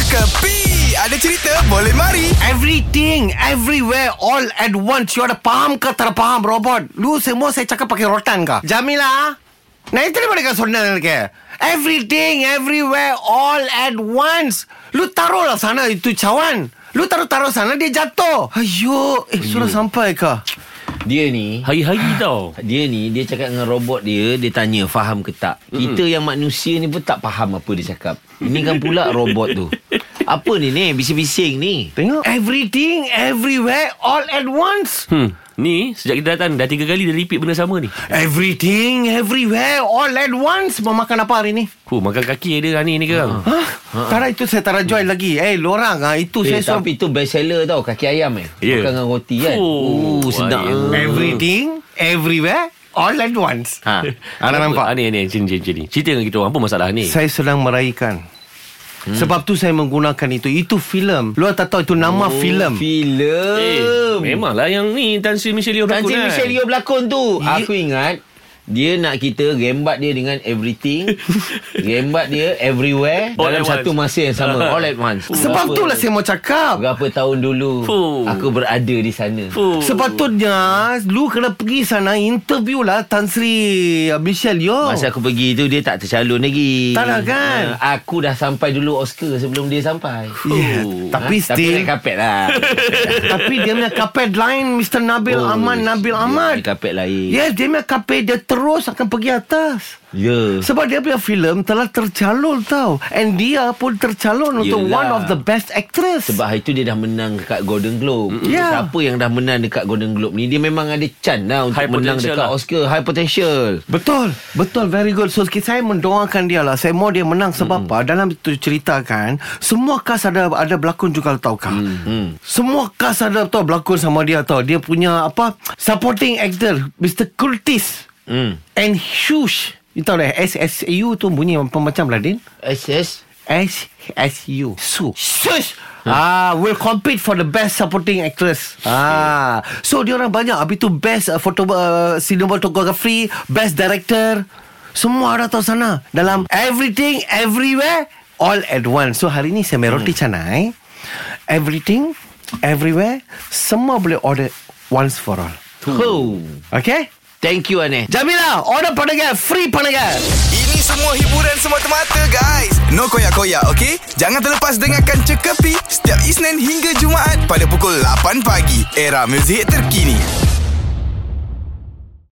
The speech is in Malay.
Kepi Ada cerita boleh mari Everything, everywhere, all at once. You ada faham ke terfaham robot? Lu semua saya cakap pakai rotan ke? Jamila, நான் எத்தனை மணிக்கு சொன்னேன் எனக்கு everything everywhere all at once லு taruh lah sana itu cawan Lu taruh-taruh sana dia jatuh Ayuh Eh sudah sampai ke Dia ni Hari-hari tau Dia ni Dia cakap dengan robot dia Dia tanya Faham ke tak Kita yang manusia ni pun Tak faham apa dia cakap Ini kan pula robot tu Apa ni ni Bising-bising ni Tengok Everything everywhere all at once Hmm Ni sejak kita datang Dah tiga kali dia repeat benda sama ni Everything everywhere all at once Mau makan apa hari ni? Huh makan kaki dia ni ni ke hmm. Hah? Tara itu saya Tara Joy lagi Eh lorang ah Itu Eh, saya suruh tapi tu best seller tau Kaki ayam eh Ya. Makan dengan roti kan Oh, Oh, sedap ayam. Everything Everywhere All at once Ha. Ana nampak ah, Ni ni sini sini sini Cerita dengan kita orang Apa masalah ni Saya sedang meraihkan hmm. Sebab tu saya menggunakan itu Itu filem Lu tak tahu itu nama oh, filem Filem Eh, memanglah yang ni Tan Sri Michelle Yeoh Nanti berlakon kan? Michelle Yeoh berlakon tu Aku ingat Dia nak kita Rembat dia dengan everything Rembat dia everywhere All Dalam at satu once. masa yang sama All at once Sebab Berapa- tu lah saya mau cakap Berapa tahun dulu Fuh. Aku berada di sana Oh. Fuh. Sepatutnya Lu kena pergi sana Interview lah Tan Sri uh, Michelle Yeoh Masa aku pergi tu Dia tak tercalon lagi Tak lah kan? ha, Aku dah sampai dulu Oscar Sebelum dia sampai Ha, Yeah, tapi Tapi still- naik kapet lah Tapi dia punya kapet lain Mr. Nabil oh, Ahmad Nabil Ahmad ya, Naik kapet lain Ya Yes dia punya kapet Dia terus akan pergi atas yeah. Sebab dia punya filem telah tercalon tau And dia pun tercalon untuk Yelah. one of the best actress Sebab hari tu dia dah menang dekat Golden Globe. Ya. Siapa yang dah menang dekat Golden Globe ni dia memang ada chance lah untuk High menang potential dekat lah. Oscar. High potential. Betul Betul very good So saya mendoakan dia lah Saya mau dia menang Hmm. Sebab apa Dalam itu cerita kan Semua kas ada ada berlakon juga tau kah Hmm. Semua kas ada tau berlakon sama dia tau Dia punya apa Supporting actor Mr. Curtis Hmm. And Hughes You tahu eh? dah SSU tu bunyi macam lah Din SS. SSU Su Sus Ah, will compete for the best supporting actress. Ah, so dia orang banyak. Habis tu best uh, photo uh, cinematography, best director, semua ada tau sana. Dalam everything, everywhere, all at once. So hari ni saya main roti canai. Everything, everywhere, semua boleh order once for all. Oh. Okay? Thank you Aneh. Jamila, order panagat, free panagat. Ini semua hiburan semata-mata guys No koyak-koyak ok Jangan terlepas dengarkan Cekapi Setiap Isnin hingga Jumaat Pada pukul 8 pagi Era muzik terkini